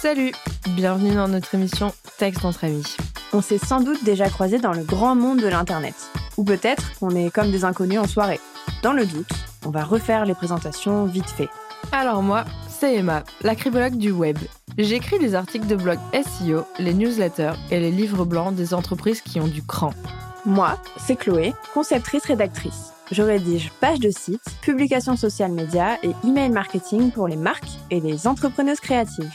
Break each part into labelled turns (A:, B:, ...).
A: Salut, bienvenue dans notre émission Texte entre amis.
B: On s'est sans doute déjà croisé dans le grand monde de l'Internet. Ou peut-être qu'on est comme des inconnus en soirée. Dans le doute, on va refaire les présentations vite fait.
A: Alors moi, c'est Emma, la cribologue du web. J'écris les articles de blog SEO, les newsletters et les livres blancs des entreprises qui ont du cran.
B: Moi, c'est Chloé, conceptrice rédactrice. Je rédige pages de sites, publications social médias et email marketing pour les marques et les entrepreneuses créatives.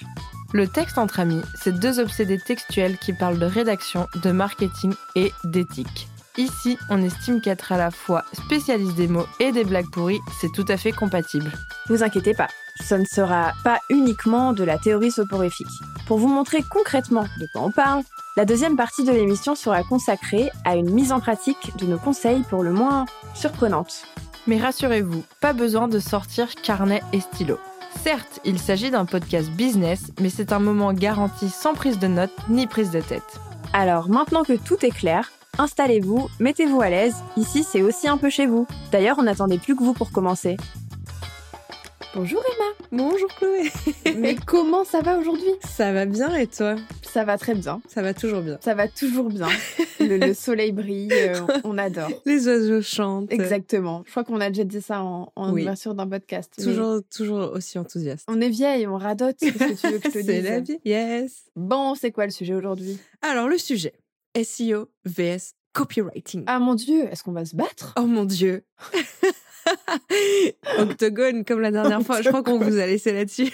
A: Le texte entre amis, c'est deux obsédés textuels qui parlent de rédaction, de marketing et d'éthique. Ici, on estime qu'être à la fois spécialiste des mots et des blagues pourries, c'est tout à fait compatible.
B: Vous inquiétez pas, ce ne sera pas uniquement de la théorie soporifique. Pour vous montrer concrètement de quoi on parle, la deuxième partie de l'émission sera consacrée à une mise en pratique de nos conseils pour le moins surprenante.
A: Mais rassurez-vous, pas besoin de sortir carnet et stylo. Certes, il s'agit d'un podcast business, mais c'est un moment garanti sans prise de notes ni prise de tête.
B: Alors maintenant que tout est clair, installez-vous, mettez-vous à l'aise, ici c'est aussi un peu chez vous. D'ailleurs, on n'attendait plus que vous pour commencer.
C: Bonjour Emma,
D: Bonjour Chloé.
C: mais comment ça va aujourd'hui
D: Ça va bien et toi
C: Ça va très bien,
D: Ça va toujours bien.
C: ça va toujours bien. Le, le soleil brille, euh, on adore.
D: Les oiseaux chantent.
C: Exactement, je crois qu'on a déjà dit ça en, en
D: Oui.
C: ouverture d'un podcast. mais
D: Toujours, toujours aussi enthousiaste.
C: On est vieille, on radote, qu'est-ce que tu veux que je te
D: C'est
C: dise
D: la vie. Yes.
C: Bon, c'est quoi le sujet aujourd'hui
D: Alors le sujet SEO vs copywriting.
C: Ah mon dieu, est-ce qu'on va se battre
D: Oh mon dieu. Octogone comme la dernière fois. Je crois qu'on vous a laissé là-dessus.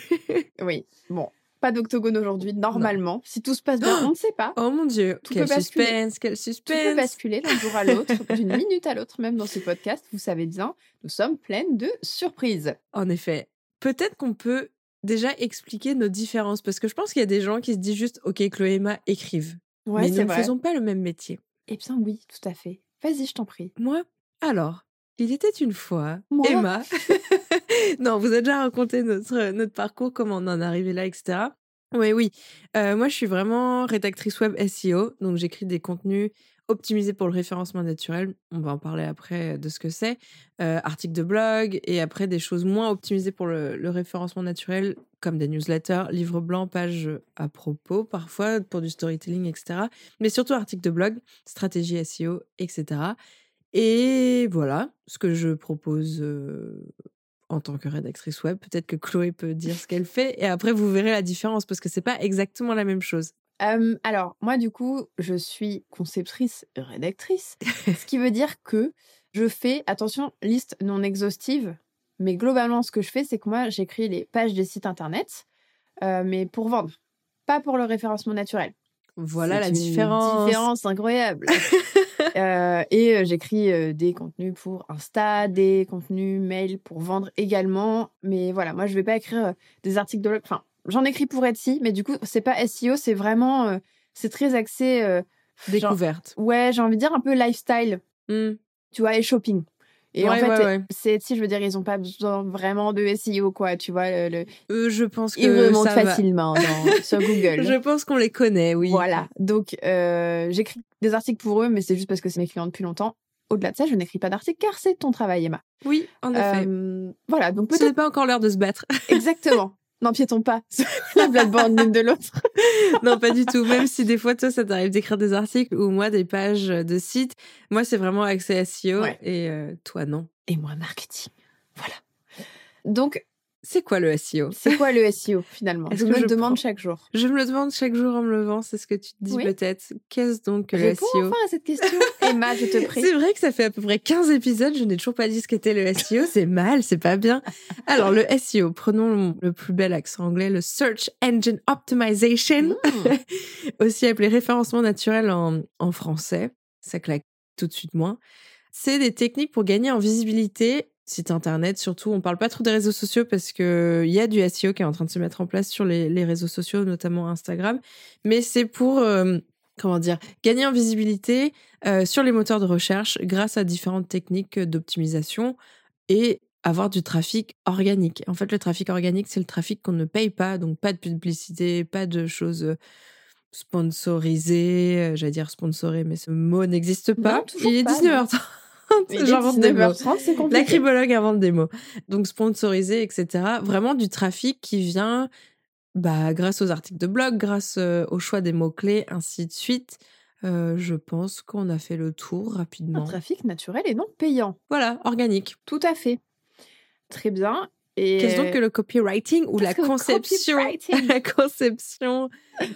C: Oui, bon, pas d'octogone aujourd'hui, normalement. Si tout se passe bien, on ne sait pas.
D: Oh mon dieu.
C: Tout
D: quel
C: peut basculer.
D: suspense, quel
C: Tout peut
D: suspense.
C: basculer d'un jour à l'autre, d'une minute à l'autre, même dans ce podcast. Vous savez bien, nous sommes pleines de surprises.
D: En effet, peut-être qu'on peut déjà expliquer nos différences parce que je pense qu'il y a des gens qui se disent juste OK, Chloé et Emma écrivent. mais
C: Ouais,
D: nous
C: c'est
D: ne
C: vrai.
D: faisons pas le même métier.
C: Eh bien oui, tout à fait. Vas-y, je t'en prie.
D: Moi Alors, il était une fois,
C: Moi
D: Emma. non, vous a déjà raconté notre, notre parcours, comment on en est arrivé là, etc. Oui, oui. Euh, moi, je suis vraiment rédactrice web SEO, donc j'écris des contenus optimisés pour le référencement naturel. On va en parler après de ce que c'est. Euh, articles de blog et après des choses moins optimisées pour le, le référencement naturel, comme des newsletters, livres blancs, pages à propos, parfois pour du storytelling, etc. Mais surtout articles de blog, stratégie E SEO, etc. Et voilà ce que je propose euh, en tant que rédactrice web. Peut-être que Chloé peut dire ce qu'elle fait et après vous verrez la différence parce que c'est pas exactement la même chose.
C: Euh, alors, moi, du coup, je suis conceptrice, rédactrice, ce qui veut dire que je fais, attention, liste non exhaustive, mais globalement, ce que je fais, c'est que moi, j'écris les pages des sites internet, euh, mais pour vendre, pas pour le référencement naturel.
D: Voilà
C: C'est
D: la
C: une
D: différence.
C: Différence incroyable. Euh, et euh, j'écris euh, des contenus pour Insta, des contenus mail pour vendre également. Mais voilà, moi, je vais pas écrire euh, des articles de blog. Enfin, j'en écris pour Etsy, mais du coup, c'est pas SEO, c'est vraiment. euh, c'est très axé. euh, genre-
D: Découverte.
C: ouais, j'ai envie de dire un peu lifestyle,
D: Hmm.
C: tu vois, et shopping. Et en
D: Ouais,
C: fait,
D: ouais, ouais.
C: c'est Etsy, je veux dire, ils ont pas besoin vraiment de SEO, quoi, tu vois. Le, le-
D: Euh, je pense que
C: Ils remontent
D: ça va.
C: facilement dans- sur Google.
D: Je pense qu'on les connaît, oui.
C: Voilà. Donc, euh, j'écris des articles pour eux, mais c'est juste parce que c'est mes clients depuis longtemps. Au-delà de ça, je n'écris pas d'articles car c'est ton travail, Emma.
D: Oui, en effet.
C: Euh, voilà, donc
D: Ce
C: peut-être
D: n'est pas encore l'heure de se battre.
C: exactement. N'empiétons pas sur la plateforme l'une de l'autre.
D: non, pas du tout. Même si des fois, toi, ça t'arrive d'écrire des articles ou moi, des pages de sites. Moi, c'est vraiment accès SEO
C: Ouais.
D: et euh, toi, non.
C: Et moi, marketing. Voilà. Donc,
D: C'est quoi le E SEO
C: c'est quoi le SEO finalement
D: Est-ce
C: Je
D: que
C: me
D: je
C: le demande
D: prends-
C: chaque jour.
D: Je me le demande chaque jour en me levant, c'est ce que tu te dis
C: Oui.
D: peut-être. Qu'est-ce donc que le
C: Réponds
D: SEO
C: enfin à cette question, Emma, je te prie.
D: C'est vrai que ça fait à peu près 15 épisodes, je n'ai toujours pas dit ce qu'était le SEO, c'est mal, c'est pas bien. Alors le SEO, prenons le- le plus bel accent anglais, le Search Engine Optimization,
C: Mmh.
D: aussi appelé référencement naturel en, en français, ça claque tout de suite moins. C'est des techniques pour gagner en visibilité, site internet surtout. On parle pas trop des réseaux sociaux parce qu'il y a du SEO qui est en train de se mettre en place sur les, les réseaux sociaux, notamment Instagram. Mais c'est pour, euh, comment dire, gagner en visibilité euh, sur les moteurs de recherche grâce à différentes techniques d'optimisation et avoir du trafic organique. En fait, le trafic organique, c'est le trafic qu'on ne paye pas, donc pas de publicité, pas de choses euh, sponsorisées, euh, j'allais dire sponsorées, mais ce mot n'existe pas.
C: Non, toujours
D: Il est
C: pas, non.
D: 19h30.
C: Il est
D: J'invente des mots.
C: 19h30, c'est
D: La
C: compliqué.
D: cribologue invente des mots. Donc sponsorisé, etc. Vraiment du trafic qui vient bah, grâce aux articles de blog, grâce euh, au choix des mots-clés, ainsi de suite. Euh, je pense qu'on a fait le tour
C: Un
D: rapidement.
C: trafic naturel et non payant.
D: Voilà, organique.
C: Tout à fait. Très bien. Et
D: Qu'est-ce donc que le copywriting ou la
C: qu'est-ce que le
D: conception
C: copywriting
D: La conception.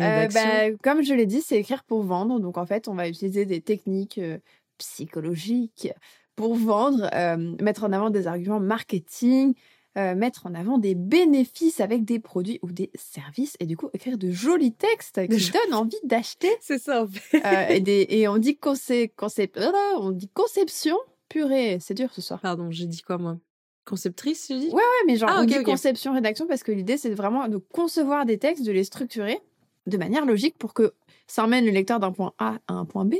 C: Euh,
D: Rédaction.
C: bah, comme je l'ai dit, c'est écrire pour vendre. Donc en fait, on va utiliser des techniques euh, psychologiques pour vendre, euh, mettre en avant des arguments marketing, euh, mettre en avant des bénéfices avec des produits ou des services et du coup écrire de jolis textes qui
D: jolis-
C: donnent envie d'acheter.
D: C'est ça, en fait.
C: Euh, et, des- et on dit concep- concep- on dit conception purée. C'est dur ce soir.
D: Pardon, j'ai dit quoi, moi Conceptrice, j'ai dit
C: Ouais, ouais, mais genre,
D: Ah,
C: on
D: ok,
C: dit
D: ok.
C: conception, rédaction, parce que l'idée, c'est vraiment de concevoir des textes, de les structurer de manière logique pour que ça emmène le lecteur d'un point A à un point B.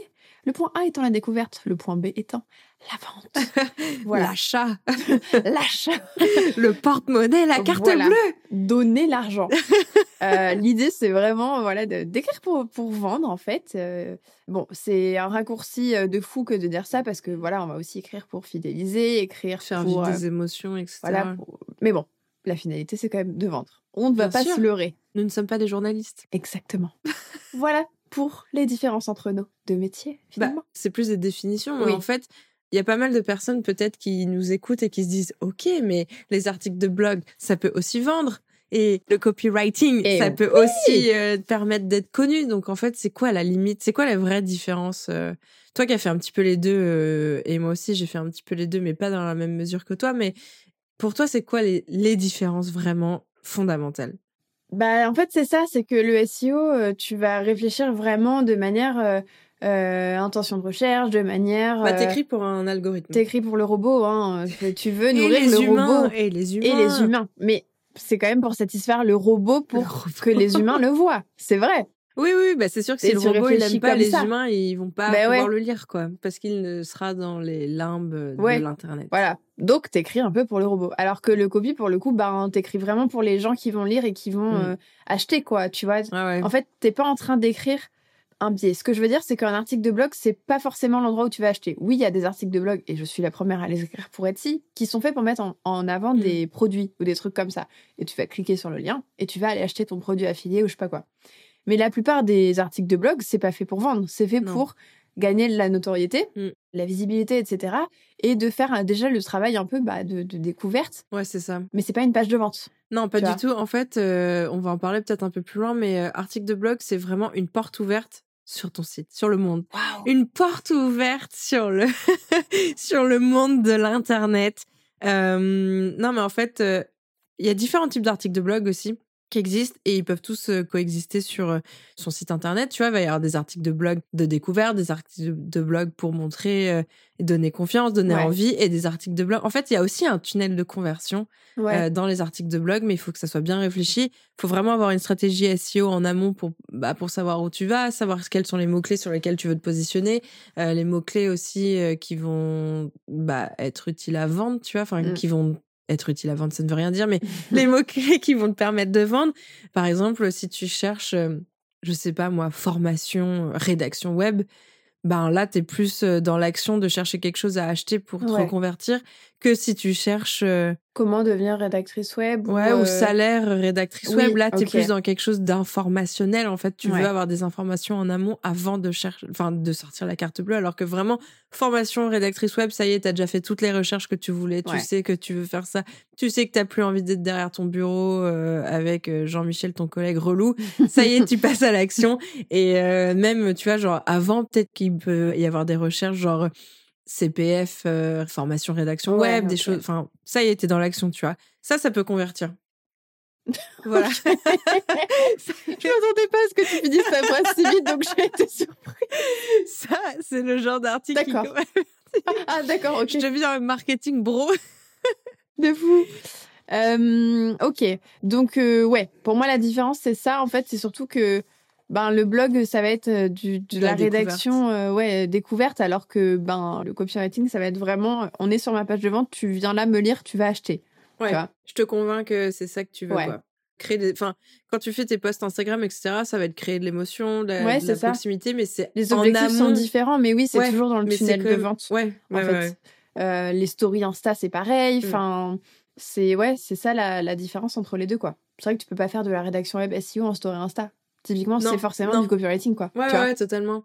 C: Le point A étant la découverte, le point B étant la vente. voilà,
D: L'achat,
C: lâche,
D: le porte-monnaie, la carte
C: Voilà.
D: bleue.
C: donner l'argent. Euh, l'idée, c'est vraiment voilà de- d'écrire pour, pour vendre, en fait. Euh, bon, c'est un raccourci euh, de fou que de dire ça, parce que voilà, on va aussi écrire pour fidéliser, écrire
D: Faire
C: pour...
D: vivre
C: euh,
D: des émotions, etc.
C: voilà, pour- Mais bon, la finalité, c'est quand même de vendre. On ne va
D: Bien
C: pas
D: sûr.
C: se leurrer.
D: Nous ne sommes pas des journalistes.
C: Exactement. voilà pour les différences entre nos deux métiers,
D: Bah,
C: finalement.
D: c'est plus des définitions. mais
C: Oui.
D: En fait, il y a pas mal de personnes peut-être qui nous écoutent et qui se disent OK, mais les articles de blog, ça peut aussi vendre. Et le copywriting,
C: Et
D: ça peut aussi euh, te permettre d'être connu. Donc en fait, c'est quoi la limite C'est quoi la vraie différence euh, Toi qui as fait un petit peu les deux, euh, et moi aussi j'ai fait un petit peu les deux, mais pas dans la même mesure que toi. Mais pour toi, c'est quoi les, les différences vraiment fondamentales
C: Bah, en fait, c'est ça, c'est que le SEO, euh, tu vas réfléchir vraiment de manière euh, euh, intention de recherche, de manière...
D: bah,
C: euh,
D: T'écris pour un algorithme.
C: t'écris pour le robot, hein. euh, Tu veux nourrir
D: et les
C: le
D: humains,
C: robot
D: et les humains.
C: et les humains. Mais c'est quand même pour satisfaire le robot pour que les humains le voient. C'est vrai.
D: Oui, oui, bah c'est sûr que si
C: Et
D: le
C: tu
D: robot il aime
C: réfléchis
D: pas
C: comme
D: les
C: ça.
D: humains, ils vont pas
C: Bah
D: pouvoir
C: ouais.
D: le lire quoi, parce qu'il ne sera dans les limbes de
C: Ouais.
D: l'internet.
C: Voilà. Donc, t'écris un peu pour le robot. Alors que le copy, pour le coup, bah, hein, t'écris vraiment pour les gens qui vont lire et qui vont
D: Mm.
C: euh, acheter, quoi. Tu vois,
D: Ah ouais.
C: En fait, t'es pas en train d'écrire un biais. Ce que je veux dire, c'est qu'un article de blog, c'est pas forcément l'endroit où tu vas acheter. Oui, il y a des articles de blog, et je suis la première à les écrire pour Etsy, qui sont faits pour mettre en, en avant
D: Mm.
C: des produits ou des trucs comme ça. Et tu vas cliquer sur le lien et tu vas aller acheter ton produit affilié ou je sais pas quoi. Mais la plupart des articles de blog, c'est pas fait pour vendre, c'est fait
D: Non.
C: pour gagner de la notoriété,
D: Mm.
C: la visibilité, etc. Et de faire euh, déjà le travail un peu bah, de, de découverte,
D: Ouais, c'est ça.
C: mais c'est pas une page de vente.
D: Non, pas
C: Tu
D: du
C: vois.
D: tout. En fait, euh, on va en parler peut-être un peu plus loin, mais euh, article de blog, c'est vraiment une porte ouverte sur ton site, sur le monde. Une porte ouverte sur le sur le monde de l'internet. Euh, non, mais en fait, euh, il y a différents types d'articles de blog aussi qui existent et ils peuvent tous euh, coexister sur euh, son site internet. Tu vois, il va y avoir des articles de blog de découverte, des articles de- de blog pour montrer, euh, et donner confiance, donner
C: Ouais.
D: envie, et des articles de blog. En fait, il y a aussi un tunnel de conversion
C: Ouais.
D: euh, dans les articles de blog, mais il faut que ça soit bien réfléchi. Il faut vraiment avoir une stratégie SEO en amont pour, bah, pour savoir où tu vas, savoir quels sont les mots-clés sur lesquels tu veux te positionner, euh, les mots-clés aussi euh, qui vont bah, être utiles à vendre, tu vois, enfin,
C: Mm.
D: qui vont être utiles à vendre, ça ne veut rien dire, mais les mots-clés qui vont te permettre de vendre. Par exemple, si tu cherches, euh, je sais pas moi, formation, euh, rédaction web, ben là, tu es plus euh, dans l'action de chercher quelque chose à acheter pour te
C: Ouais.
D: reconvertir que si tu cherches euh,
C: Comment devenir rédactrice web
D: Ouais, ou
C: euh,
D: salaire, rédactrice
C: oui,
D: web. Là, t'es
C: ok.
D: plus dans quelque chose d'informationnel. En fait, tu
C: Ouais.
D: veux avoir des informations en amont avant de chercher, enfin, de sortir la carte bleue. Alors que vraiment, formation, rédactrice web, ça y est, t'as déjà fait toutes les recherches que tu voulais. Tu
C: Ouais.
D: sais que tu veux faire ça. Tu sais que t'as plus envie d'être derrière ton bureau euh, avec euh, Jean-Michel, ton collègue relou. Ça y est, tu passes à l'action. Et euh, même, tu vois, genre, avant, peut-être qu'il peut y avoir des recherches, genre, CPF, euh, formation rédaction
C: Ouais,
D: web, des
C: ok.
D: choses. Enfin, ça y est, t'es dans l'action, tu vois. Ça, ça peut convertir. Voilà.
C: Je m'attendais pas à ce que tu finisses ta phrase si vite, donc j'ai été surprise.
D: ça, c'est le genre d'article. qui-
C: D'accord. Ah, d'accord, ok.
D: Je te vis dans le marketing, bro.
C: De fou. Euh, ok. Donc, euh, ouais, pour moi, la différence, c'est ça. En fait, c'est surtout que ben, le blog, ça va être euh, du, de
D: De la
C: la,
D: découverte.
C: rédaction euh, ouais, euh, découverte, alors que ben, le copywriting, ça va être vraiment euh, on est sur ma page de vente, tu viens là me lire, tu vas acheter.
D: Ouais.
C: Tu vois.
D: Je te convainc que c'est ça que tu veux,
C: Ouais.
D: quoi. Créer des... enfin, quand tu fais tes posts Instagram, etc., ça va être créer de l'émotion, de la,
C: Ouais,
D: de
C: c'est
D: la
C: ça.
D: proximité, mais c'est
C: Les
D: en
C: objectifs sont
D: amont.
C: différents, mais oui, c'est
D: Ouais,
C: toujours dans le
D: mais c'est
C: tunnel
D: quand
C: de
D: même-
C: vente.
D: Ouais, ouais, ouais,
C: en fait.
D: ouais.
C: Euh, les stories Insta, c'est pareil.
D: Mm.
C: Enfin, c'est ouais, c'est ça la, la différence entre les deux, quoi. C'est vrai que tu peux pas faire de la rédaction web SEO en story Insta. Typiquement,
D: Non,
C: c'est forcément
D: non.
C: du copywriting, quoi.
D: Ouais, ouais,
C: tu vois.
D: ouais, totalement.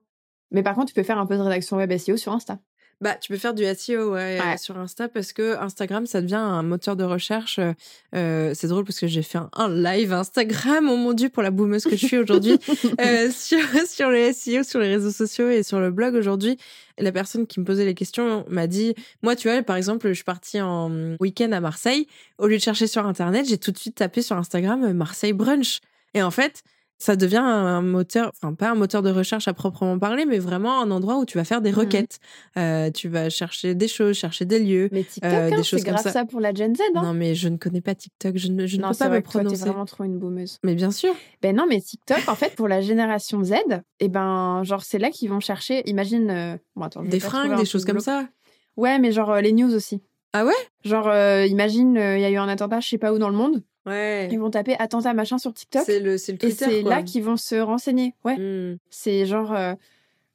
C: Mais par contre, tu peux faire un peu de rédaction web SEO sur Insta.
D: Bah, tu peux faire du SEO ouais,
C: Ouais.
D: euh, sur Insta parce que Instagram, ça devient un moteur de recherche. euh, euh, c'est drôle parce que j'ai fait un, un live Instagram, oh mon dieu, pour la boumeuse que je suis aujourd'hui, euh, sur, sur le SEO, sur les réseaux sociaux et sur le blog aujourd'hui. La personne qui me posait les questions m'a dit, moi, tu vois, par exemple, je suis partie en week-end à Marseille. Au lieu de chercher sur Internet, j'ai tout de suite tapé sur Instagram euh, Marseille Brunch. Et en fait, ça devient un moteur, enfin pas un moteur de recherche à proprement parler, mais vraiment un endroit où tu vas faire des requêtes. Euh, tu vas chercher des choses, chercher des lieux.
C: Mais TikTok,
D: Euh, des
C: hein,
D: choses
C: c'est
D: comme
C: grave
D: ça.
C: ça. pour la Gen Z. Hein.
D: Non, mais je ne connais pas TikTok, je ne, je ne
C: Non,
D: peux
C: c'est
D: pas me
C: vrai que toi, t'es
D: prononcer.
C: vraiment trop une boumeuse.
D: Mais bien sûr.
C: Ben non, mais TikTok, en fait, pour la génération Z, eh ben, genre, c'est là qu'ils vont chercher, imagine... euh, bon, attends, je vais
D: Des
C: pas trouver
D: fringues,
C: un
D: des
C: truc
D: choses comme
C: glauque.
D: ça.
C: Ouais, mais genre, euh, les news aussi.
D: Ah ouais
C: Genre, euh, imagine, euh, il y a eu un attentat, je sais pas où dans le monde,
D: Ouais.
C: ils vont taper attentat machin sur TikTok,
D: C'est le, c'est le
C: et
D: Twitter.
C: c'est
D: quoi.
C: là qu'ils vont se renseigner. Ouais,
D: Hmm.
C: c'est genre... euh,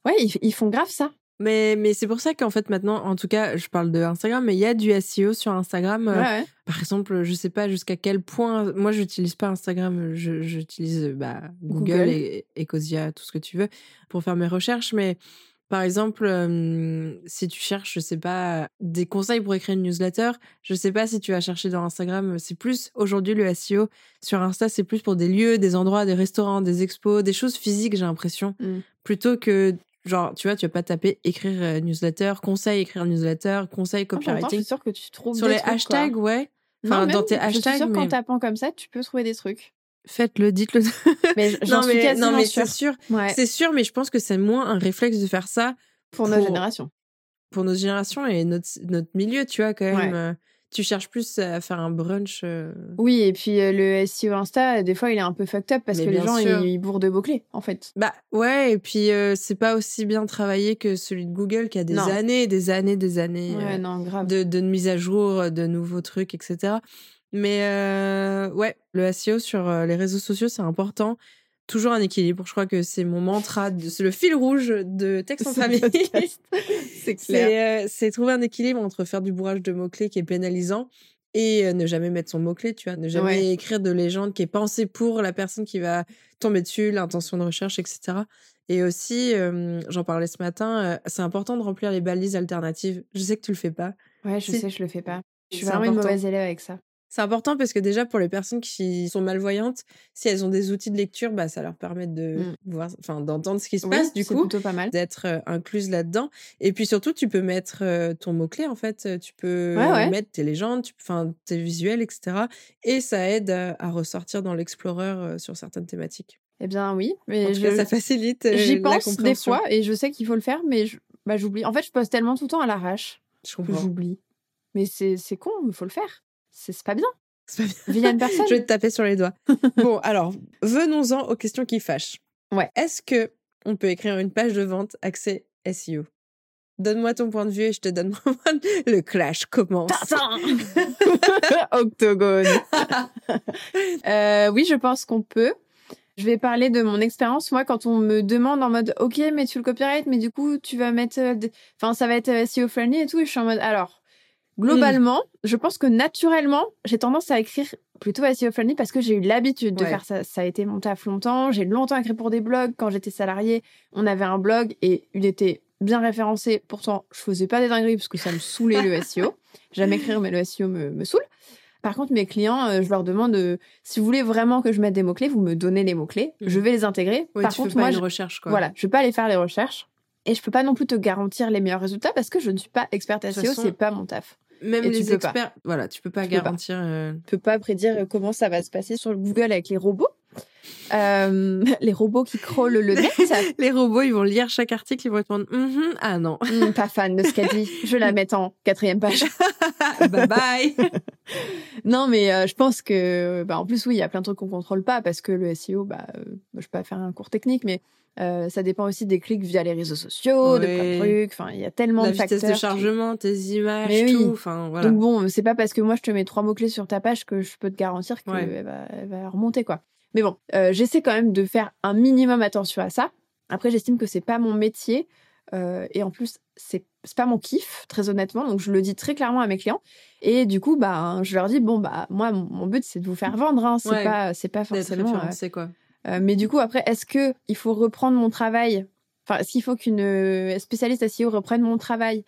C: Ouais, ils, ils font grave ça.
D: Mais, mais c'est pour ça qu'en fait, maintenant, en tout cas, je parle de Instagram, mais il y a du SEO sur Instagram. euh,
C: Ouais, Ah, ouais.
D: Par exemple, je sais pas jusqu'à quel point. Moi, j'utilise pas Instagram. je- J'utilise euh, bah, Google,
C: Google.
D: et Ecosia, tout ce que tu veux, pour faire mes recherches. Mais par exemple, euh, si tu cherches, je sais pas, des conseils pour écrire une newsletter, je sais pas si tu vas chercher dans Instagram. C'est plus aujourd'hui le SEO sur Insta, c'est plus pour des lieux, des endroits, des restaurants, des expos, des choses physiques. J'ai l'impression
C: Mm.
D: plutôt que genre, tu vois, tu vas pas taper écrire euh, newsletter, conseil écrire newsletter, conseil
C: En même temps, Je
D: copywriting
C: suis sûre que tu trouves
D: sur
C: des
D: les
C: trucs, quoi.
D: hashtags, ouais.
C: Non,
D: Enfin,
C: même,
D: dans tes
C: Je suis
D: hashtags,
C: sûre qu'en
D: mais-
C: tapant comme ça, tu peux trouver des trucs.
D: Faites-le, dites-le.
C: Mais j-
D: non,
C: j'en suis
D: mais, non,
C: quasiment
D: mais
C: sûre.
D: c'est sûr.
C: Ouais,
D: C'est sûr, mais je pense que c'est moins un réflexe de faire ça
C: pour nos
D: pour-
C: générations.
D: pour notre génération et notre, notre milieu, tu vois, quand même.
C: Ouais.
D: euh, Tu cherches plus à faire un brunch. euh,
C: Oui, et puis euh, le SEO Insta, euh, des fois, il est un peu fucked up parce
D: Mais
C: que les
D: bien
C: gens,
D: sûr.
C: ils, ils bourrent de mots-clés, en fait.
D: Bah ouais, et puis euh, c'est pas aussi bien travaillé que celui de Google qui a des
C: Non.
D: années, des années, des années. euh,
C: Ouais, non, grave.
D: de, de mise à jour, euh, de nouveaux trucs, etc. Mais euh, ouais, le SEO sur euh, les réseaux sociaux, c'est important. Toujours un équilibre. Je crois que c'est mon mantra, de- c'est le fil rouge de Texte en
C: Ce
D: famille.
C: podcast. C'est clair.
D: C'est, euh, c'est trouver un équilibre entre faire du bourrage de mots-clés qui est pénalisant et euh, ne jamais mettre son mot-clé, tu vois, ne jamais
C: Ouais.
D: écrire de légende qui est pensée pour la personne qui va tomber dessus, l'intention de recherche, etc. Et aussi, euh, j'en parlais ce matin, euh, c'est important de remplir les balises alternatives. Je sais que tu le fais pas.
C: Ouais, je
D: C'est-
C: sais, je le fais pas. Je suis
D: C'est
C: vraiment une
D: important.
C: mauvaise élève avec ça.
D: C'est important parce que déjà pour les personnes qui sont malvoyantes, si elles ont des outils de lecture, bah ça leur permet de
C: Mm.
D: voir, enfin d'entendre ce qui se
C: Oui,
D: passe du
C: c'est
D: coup,
C: plutôt pas mal.
D: d'être euh, incluse là-dedans. Et puis surtout, tu peux mettre euh, ton mot clé en fait, euh, tu peux
C: Ouais, ouais.
D: mettre tes légendes, tu- enfin tes visuels, etc. Et ça aide euh, à ressortir dans l'explorer euh, sur certaines thématiques.
C: Eh bien, oui,
D: En
C: mais
D: tout
C: je-
D: cas, ça facilite. euh,
C: j'y
D: la
C: pense des
D: compréhension.
C: fois et je sais qu'il faut le faire, mais je- bah, j'oublie. En fait, je poste tellement tout le temps à l'arrache
D: Je
C: que
D: comprends.
C: j'oublie. Mais c'est c'est con, il faut le faire. C'est c'est pas bien.
D: C'est pas bien.
C: Viviane personne.
D: Je vais te taper sur les doigts. bon, alors, venons-en aux questions qui fâchent.
C: Ouais.
D: Est-ce que on peut écrire une page de vente accès SEO Donne-moi ton point de vue et je te donne mon point de- Le clash commence.
C: Octogone. Euh, oui, je pense qu'on peut. Je vais parler de mon expérience. Moi, quand on me demande en mode, ok, mais tu le copyright, mais du coup, tu vas mettre, euh, des- enfin, ça va être euh, SEO friendly et tout. Et je suis en mode, alors, globalement, je pense que naturellement, j'ai tendance à écrire plutôt SEO friendly parce que j'ai eu l'habitude de
D: Ouais.
C: faire ça. Ça a été mon taf longtemps. J'ai longtemps écrit pour des blogs. Quand j'étais salariée, on avait un blog et il était bien référencé. Pourtant, je faisais pas des dingueries parce que ça me saoulait le SEO. J'aime écrire, mais le SEO me, me saoule. Par contre, mes clients, euh, je leur demande euh, si vous voulez vraiment que je mette des mots-clés, vous me donnez les mots-clés,
D: Mhm.
C: je vais les intégrer.
D: Ouais,
C: Par
D: tu fais
C: contre,
D: pas
C: moi,
D: une
C: je,
D: recherche, quoi.
C: voilà, je vais pas aller faire les recherches et je peux pas non plus te garantir les meilleurs résultats parce que je ne suis pas experte
D: toute
C: SEO,
D: façon,
C: c'est pas mon taf.
D: Même
C: Et tu
D: les
C: peux pas.
D: experts. Voilà, tu peux pas
C: Tu peux pas.
D: garantir. euh,
C: Je peux pas prédire comment ça va se passer sur le Google avec les robots, Euh, les robots qui crawlent le net.
D: Les robots, ils vont lire chaque article, ils vont te demander Mhm, Ah non,
C: Hmm, pas fan de ce qu'elle dit. Je la mets en quatrième page.
D: bye bye.
C: Non, mais euh, je pense que, bah, en plus, oui, il y a plein de trucs qu'on contrôle pas parce que le SEO, bah, euh, je peux pas faire un cours technique, mais euh, ça dépend aussi des clics via les réseaux sociaux, de plein de
D: Ouais.
C: trucs. Enfin, il y a tellement
D: La
C: de facteurs.
D: vitesse de
C: qui-
D: chargement, tes images,
C: Mais oui.
D: tout. Enfin, voilà.
C: Donc bon, c'est pas parce que moi je te mets trois mots clés sur ta page que je peux te garantir qu'elle
D: Ouais.
C: va, elle va remonter quoi. Mais bon, euh, j'essaie quand même de faire un minimum attention à ça. Après, j'estime que c'est pas mon métier. euh, et en plus, c'est c'est pas mon kiff, très honnêtement. Donc, je le dis très clairement à mes clients. Et du coup, bah, je leur dis, bon, bah, moi, mon mon but, c'est de vous faire vendre. hein. C'est
D: Ouais.
C: pas, c'est pas
D: D'être
C: forcément. euh,
D: référencé, quoi.
C: euh, mais du coup, après, est-ce que il faut reprendre mon travail Enfin, est-ce qu'il faut qu'une euh, spécialiste SEO reprenne mon travail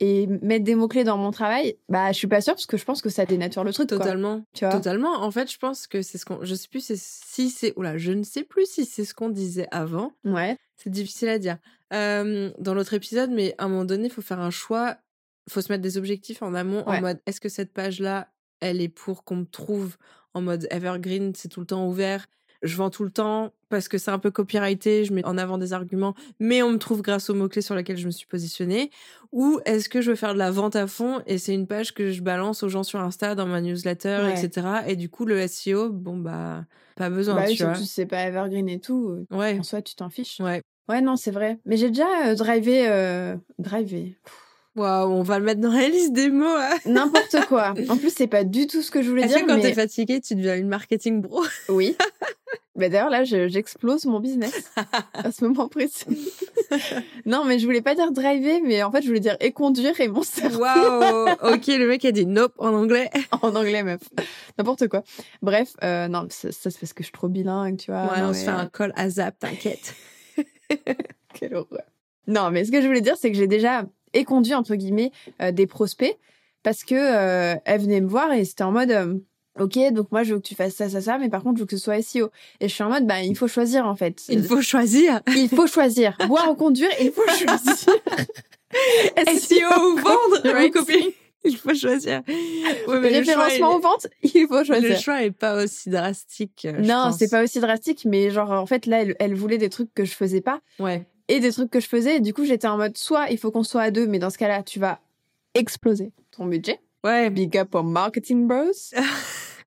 C: et mettre des mots-clés dans mon travail Bah, je suis pas sûre parce que je pense que ça dénature le truc. quoi.
D: Totalement.
C: tu vois
D: Totalement. En fait, je pense que c'est ce qu'on. Je sais plus c'est- si c'est. Oula, je ne sais plus si c'est ce qu'on disait avant.
C: Ouais.
D: C'est difficile à dire. Euh, dans l'autre épisode, mais à un moment donné, il faut faire un choix. Il faut se mettre des objectifs en amont,
C: Ouais.
D: en mode est-ce que cette page-là, elle est pour qu'on me trouve en mode evergreen, c'est tout le temps ouvert, je vends tout le temps parce que c'est un peu copyrighté, je mets en avant des arguments, mais on me trouve grâce aux mots-clés sur lesquels je me suis positionnée. Ou est-ce que je veux faire de la vente à fond et c'est une page que je balance aux gens sur Insta, dans ma newsletter,
C: Ouais.
D: etc. Et du coup, le SEO, bon, bah, pas besoin,
C: bah, oui,
D: tu vois.
C: surtout si c'est pas evergreen et tout. euh,
D: Ouais,
C: En soi, tu t'en fiches.
D: ouais.
C: Ouais, non, c'est vrai. Mais j'ai déjà euh, drivé. euh, drivé.
D: Waouh, on va le mettre dans la liste des mots. hein.
C: N'importe quoi. En plus, c'est pas du tout ce que je voulais
D: Est-ce
C: dire.
D: que quand
C: mais-
D: t'es fatiguée, tu deviens une marketing bro
C: Oui. Mais Bah, d'ailleurs, là, je- j'explose mon business à ce moment précis. non, mais je voulais pas dire driver, mais en fait, je voulais dire et conduire et mon cerveau
D: Waouh Ok, le mec a dit nope en anglais.
C: en anglais, meuf. N'importe quoi. Bref, euh, non, ça, ça, c'est parce que je suis trop bilingue, tu vois.
D: ouais,
C: Ah, Non,
D: on
C: mais- euh,
D: se fait un call à zap, t'inquiète.
C: Quelle horreur. Non, mais ce que je voulais dire, c'est que j'ai déjà éconduit, entre guillemets, euh, des prospects parce que euh, elles venaient me voir et c'était en mode. euh, Ok, donc moi je veux que tu fasses ça, ça, ça, mais par contre je veux que ce soit SEO. Et je suis en mode, bah il faut choisir en fait.
D: Il faut choisir
C: Il faut choisir. Boire ou conduire, il faut choisir.
D: SEO E ou vendre ou
C: Copywriting.
D: copy. Il faut choisir. Ouais, mais le choix,
C: Référencement aux
D: il
C: ventes, il faut
D: est- Le
C: choisir.
D: choix est pas aussi drastique. euh, je
C: Non,
D: pense.
C: c'est pas aussi drastique, mais genre, en fait, là, elle, elle voulait des trucs que je faisais pas
D: Ouais.
C: et des trucs que je faisais. Et du coup, j'étais en mode, soit il faut qu'on soit à deux, mais dans ce cas-là, tu vas exploser ton budget.
D: Ouais.
C: Big up on marketing bros.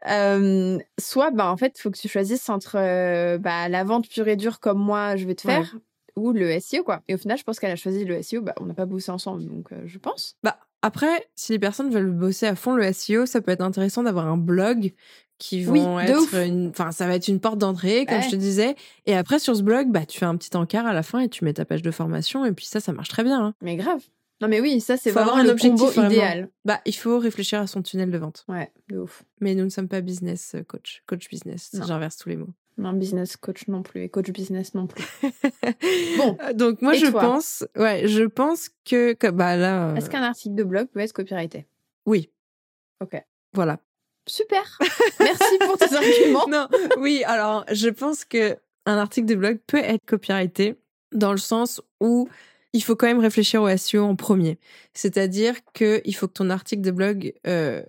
C: Euh, soit, bah, en fait, il faut que tu choisisses entre euh, bah, la vente pure et dure comme moi, je vais te
D: Ouais.
C: faire, ou le SEO, quoi. Et au final, je pense qu'elle a choisi le SEO. Bah, on n'a pas bossé ensemble, donc euh, je pense.
D: Bah, après, si les personnes veulent bosser à fond le SEO, ça peut être intéressant d'avoir un blog qui
C: Oui,
D: vont
C: de ouf.
D: être une... Enfin, ça va être une porte d'entrée, comme
C: Ouais.
D: je te disais. Et après, sur ce blog, bah, tu fais un petit encart à la fin et tu mets ta page de formation. Et puis ça, ça marche très bien. hein.
C: Mais grave. Non, mais oui, ça, c'est
D: Faut
C: vraiment
D: avoir un
C: le
D: objectif,
C: combo
D: vraiment.
C: idéal.
D: Bah, il faut réfléchir à son tunnel de vente.
C: Ouais, de ouf.
D: Mais nous ne sommes pas business euh, coach. Coach business.
C: Non.
D: J'inverse tous les mots.
C: Non, business coach non plus et coach business non plus.
D: Bon. Euh, Donc, moi,
C: Euh, Et
D: je
C: toi
D: pense. Ouais, je pense que. que- Bah, là. euh,
C: Est-ce qu'un article de blog peut être copyrighté
D: Oui.
C: Ok.
D: Voilà.
C: Super Merci pour tes arguments.
D: Non, oui, alors je pense que un article de blog peut être copyrighté dans le sens où il faut quand même réfléchir au SEO en premier. C'est-à-dire que il faut que ton article de blog euh,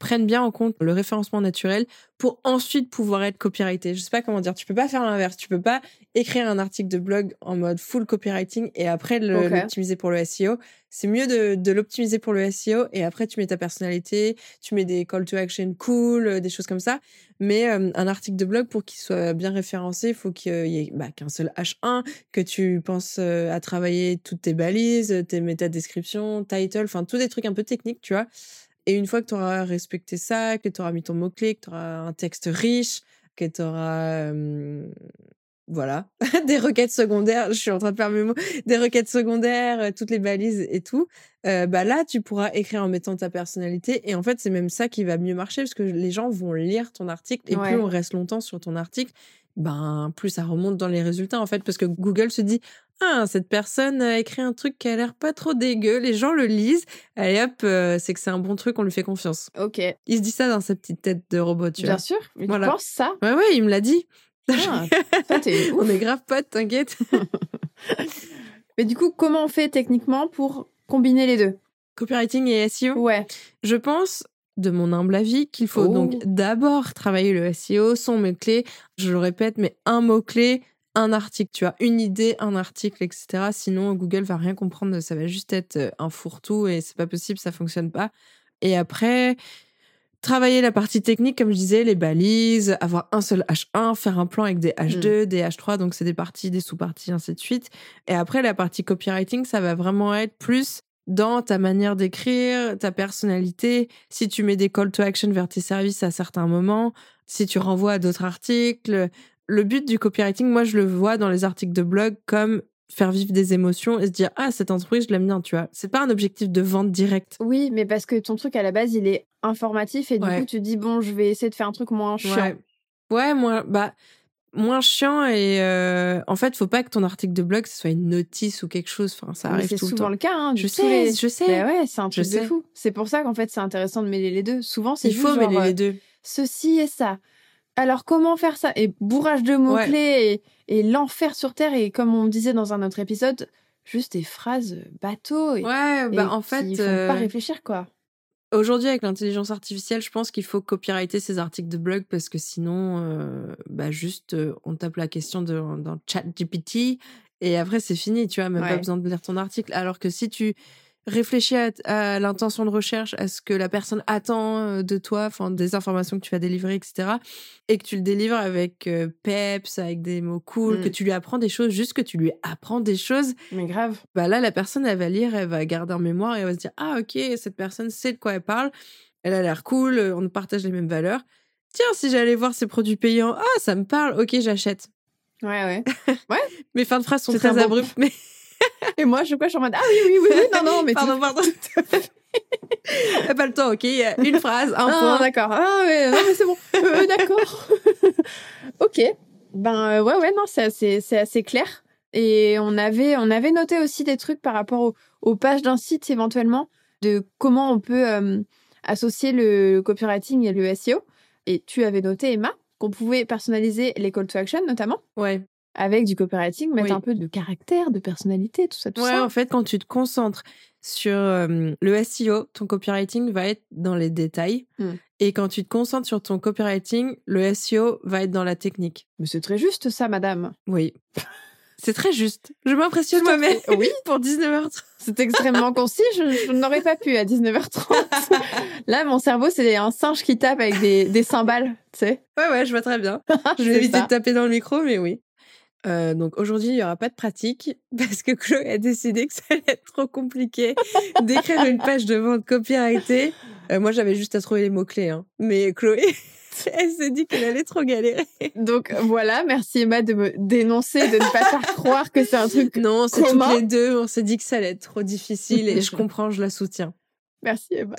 D: prenne bien en compte le référencement naturel pour ensuite pouvoir être copyrighté. Je sais pas comment dire, tu peux pas faire l'inverse, tu peux pas écrire un article de blog en mode full copywriting et après le-
C: Ok.
D: l'optimiser pour le SEO. C'est mieux de, de l'optimiser pour le SEO et après tu mets ta personnalité, tu mets des call to action cool, euh, des choses comme ça. Mais euh, un article de blog, pour qu'il soit bien référencé, il faut qu'il y ait bah, qu'un seul H1, que tu penses euh, à travailler toutes tes balises, tes métadescriptions, title, enfin tous des trucs un peu techniques, tu vois. Et une fois que tu auras respecté ça, que tu auras mis ton mot-clé, que tu auras un texte riche, que tu auras... voilà, des requêtes secondaires, je suis en train de faire mes mots, des requêtes secondaires, euh, toutes les balises et tout, euh, bah là, tu pourras écrire en mettant ta personnalité. Et en fait, c'est même ça qui va mieux marcher parce que les gens vont lire ton article et
C: Ouais.
D: plus on reste longtemps sur ton article, ben plus ça remonte dans les résultats en fait parce que Google se dit ah cette personne a écrit un truc qui a l'air pas trop dégueu, les gens le lisent, allez hop euh, c'est que c'est un bon truc, on lui fait confiance.
C: Ok,
D: Il se dit ça dans sa petite tête de robot, tu
C: bien sûr. Mais
D: Voilà.
C: Tu penses ça
D: vois. Ouais ouais, il me l'a dit.
C: Putain, Toi, t'es Ah, ouf.
D: On est grave potes, t'inquiète.
C: Mais du coup, comment on fait techniquement pour combiner les deux
D: Copywriting et E SEO.
C: Ouais.
D: Je pense, de mon humble avis, qu'il faut
C: Oh.
D: donc d'abord travailler le SEO, son mot-clé. Je le répète, mais un mot-clé, un article. Tu as une idée, un article, etc. Sinon, Google va rien comprendre. Ça va juste être euh, un fourre-tout et c'est pas possible, ça fonctionne pas. Et après, travailler la partie technique, comme je disais, les balises, avoir un seul H1, faire un plan avec des H2, des H3, donc c'est des parties, des sous-parties, ainsi de suite. Et après, la partie copywriting, ça va vraiment être plus dans ta manière d'écrire, ta personnalité, si tu mets des call to action vers tes services à certains moments, si tu renvoies à d'autres articles. Le but du copywriting, moi, je le vois dans les articles de blog comme faire vivre des émotions et se dire ah cette entreprise je l'aime bien tu vois c'est pas un objectif de vente directe
C: Oui, mais parce que ton truc à la base, il est informatif et du
D: Ouais.
C: coup, tu dis bon, je vais essayer de faire un truc moins chiant.
D: ouais ouais moins bah moins chiant et euh, en fait faut pas que ton article de blog ce soit une notice ou quelque chose enfin ça
C: Mais
D: arrive
C: c'est
D: tout le
C: souvent
D: temps
C: le cas. Hein, de
D: je
C: tous
D: sais
C: les-
D: je sais
C: Bah ouais, c'est un
D: Je
C: truc de
D: sais.
C: fou. C'est pour ça qu'en fait, c'est intéressant de mêler les deux. Souvent, c'est
D: il
C: juste
D: faut
C: genre,
D: mêler
C: euh,
D: les deux
C: ceci et ça. Alors comment faire ça Et bourrage de mots-clés et, et l'enfer sur Terre. Et comme on disait dans un autre épisode, juste des phrases euh, bateaux et,
D: ouais bah
C: et
D: en fait
C: qui font
D: euh,
C: pas réfléchir quoi.
D: Aujourd'hui, avec l'intelligence artificielle, je pense qu'il faut copyrighter ces articles de blog parce que sinon, euh, bah juste, euh, on tape la question de, dans chat GPT et après, c'est fini, tu vois, même pas
C: Ouais.
D: besoin de lire ton article. Alors que si tu réfléchis à, à l'intention de recherche, à ce que la personne attend euh, de toi, enfin, des informations que tu vas délivrer, etc., et que tu le délivres avec euh, peps, avec des mots cool,
C: Mm.
D: que tu lui apprends des choses, juste que tu lui apprends des choses
C: Mais grave.
D: bah là, la personne, elle va lire, elle va garder en mémoire et elle va se dire Ah, ok, cette personne sait de quoi elle parle, elle a l'air cool, euh, on partage les mêmes valeurs. Tiens, si j'allais voir ces produits payants, ah, ça me parle, ok, j'achète.
C: Ouais ouais.
D: Mes fins de phrase sont
C: C'était
D: très
C: un bon-
D: abruptes, mais
C: et moi je quoi je suis en mode ah oui oui oui, oui non non mais
D: pardon,
C: tout-
D: pardon. T'as pas le temps, ok Une phrase, un
C: Ah,
D: point.
C: d'accord. Ah ouais non mais c'est bon. Euh, d'accord. ok. Ben euh, ouais ouais non c'est assez c'est assez clair. Et on avait on avait noté aussi des trucs par rapport au- aux pages d'un site éventuellement de comment on peut euh, associer le copywriting et le SEO. Et tu avais noté Emma qu'on pouvait personnaliser les call to action notamment
D: Ouais.
C: avec du copywriting, mettre
D: Oui.
C: un peu de caractère, de personnalité, tout ça tout
D: ouais,
C: ça.
D: en fait, quand tu te concentres sur euh, le SEO, ton copywriting va être dans les détails.
C: Hmm.
D: Et quand tu te concentres sur ton copywriting, le SEO va être dans la technique.
C: Mais c'est très juste ça madame.
D: Oui. C'est très juste. Je m'impressionne
C: Tout à
D: moi-même.
C: fait. Oui.
D: Pour 19h30.
C: C'est extrêmement concis, je, je n'aurais pas pu à 19h30. Là, mon cerveau, c'est un singe qui tape avec des, des cymbales, tu sais.
D: Ouais, ouais, je vois très bien. Je vais
C: C'est
D: éviter
C: ça.
D: de taper dans le micro, mais oui. Euh, donc aujourd'hui, il n'y aura pas de pratique parce que Chloé a décidé que ça allait être trop compliqué d'écrire une page de vente copyrightée. Euh, moi, j'avais juste à trouver les mots-clés. hein. Mais Chloé, elle s'est dit qu'elle allait trop galérer.
C: Donc voilà, merci Emma de me dénoncer, de ne pas faire croire que c'est un truc.
D: Non, c'est toutes
C: Comment
D: les deux. On s'est dit que ça allait être trop difficile et je comprends, je la soutiens.
C: Merci Emma.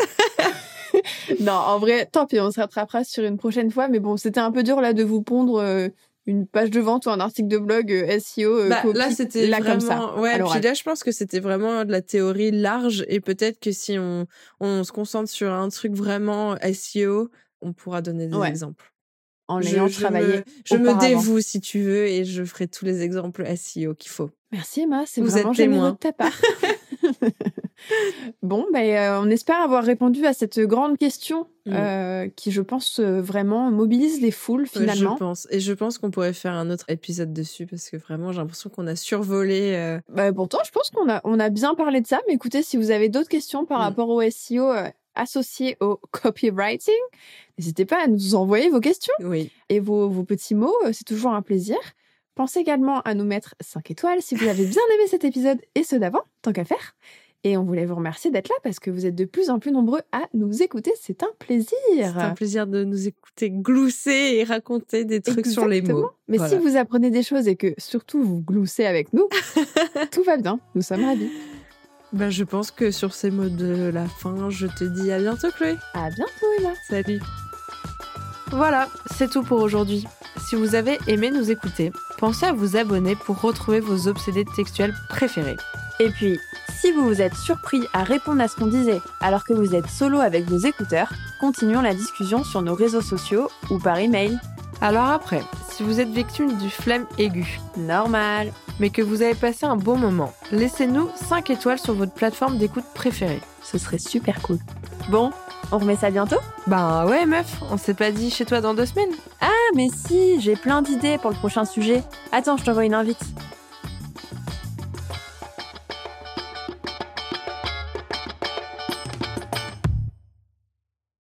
C: non, en vrai, tant pis, on se rattrapera sur une prochaine fois. Mais bon, c'était un peu dur là de vous pondre euh, une page de vente ou un article de blog euh, SEO. euh,
D: Bah,
C: copy,
D: là, c'était
C: là
D: vraiment...
C: comme ça.
D: Ouais, puis
C: l'oral.
D: là, je pense que c'était vraiment de la théorie large et peut-être que si on, on se concentre sur un truc vraiment SEO, on pourra donner des
C: Ouais.
D: exemples.
C: En
D: Je-
C: l'ayant
D: je
C: travaillé.
D: me- Je me
C: auparavant.
D: dévoue si tu veux et je ferai tous les exemples SEO qu'il faut. euh,
C: Merci Emma, c'est
D: Vous
C: vraiment
D: êtes témoin.
C: généreux de ta part. bon, ben, euh, on espère avoir répondu à cette grande question
D: Mm.
C: euh, qui, je pense, euh, vraiment mobilise les foules
D: Ouais,
C: finalement.
D: Je pense. Et je pense qu'on pourrait faire un autre épisode dessus parce que vraiment, j'ai l'impression qu'on a survolé. euh,
C: Bah, pourtant, je pense qu'on a, on a bien parlé de ça, mais écoutez, si vous avez d'autres questions par
D: Mm.
C: rapport au SEO euh, associé au copywriting, n'hésitez pas à nous envoyer vos questions.
D: Oui.
C: et vos, vos petits mots, euh, c'est toujours un plaisir. Pensez également à nous mettre 5 étoiles si vous avez bien aimé cet épisode et ceux d'avant, tant qu'à faire. Et on voulait vous remercier d'être là parce que vous êtes de plus en plus nombreux à nous écouter, c'est un plaisir.
D: C'est un plaisir de nous écouter glousser et raconter des trucs sur les
C: Exactement.
D: mots.
C: Mais
D: Voilà.
C: si vous apprenez des choses et que surtout vous gloussez avec nous, tout va bien, nous sommes ravis.
D: Ben, je pense que sur ces mots de la fin, je te dis à bientôt, Chloé.
C: À bientôt Emma
D: Salut.
A: Voilà, c'est tout pour aujourd'hui. Si vous avez aimé nous écouter, pensez à vous abonner pour retrouver vos obsédés textuels préférés.
B: Et puis, si vous vous êtes surpris à répondre à ce qu'on disait alors que vous êtes solo avec vos écouteurs, continuons la discussion sur nos réseaux sociaux ou par email.
A: Alors après, si vous êtes victime du flemme aigu,
B: Normal.
A: mais que vous avez passé un bon moment, laissez-nous 5 étoiles sur votre plateforme d'écoute préférée.
B: Ce serait super cool. Bon, on remet ça bientôt
A: Bah ouais meuf, on s'est pas dit chez toi dans deux semaines
B: Ah mais si, j'ai plein d'idées pour le prochain sujet. Attends, je t'envoie une invite.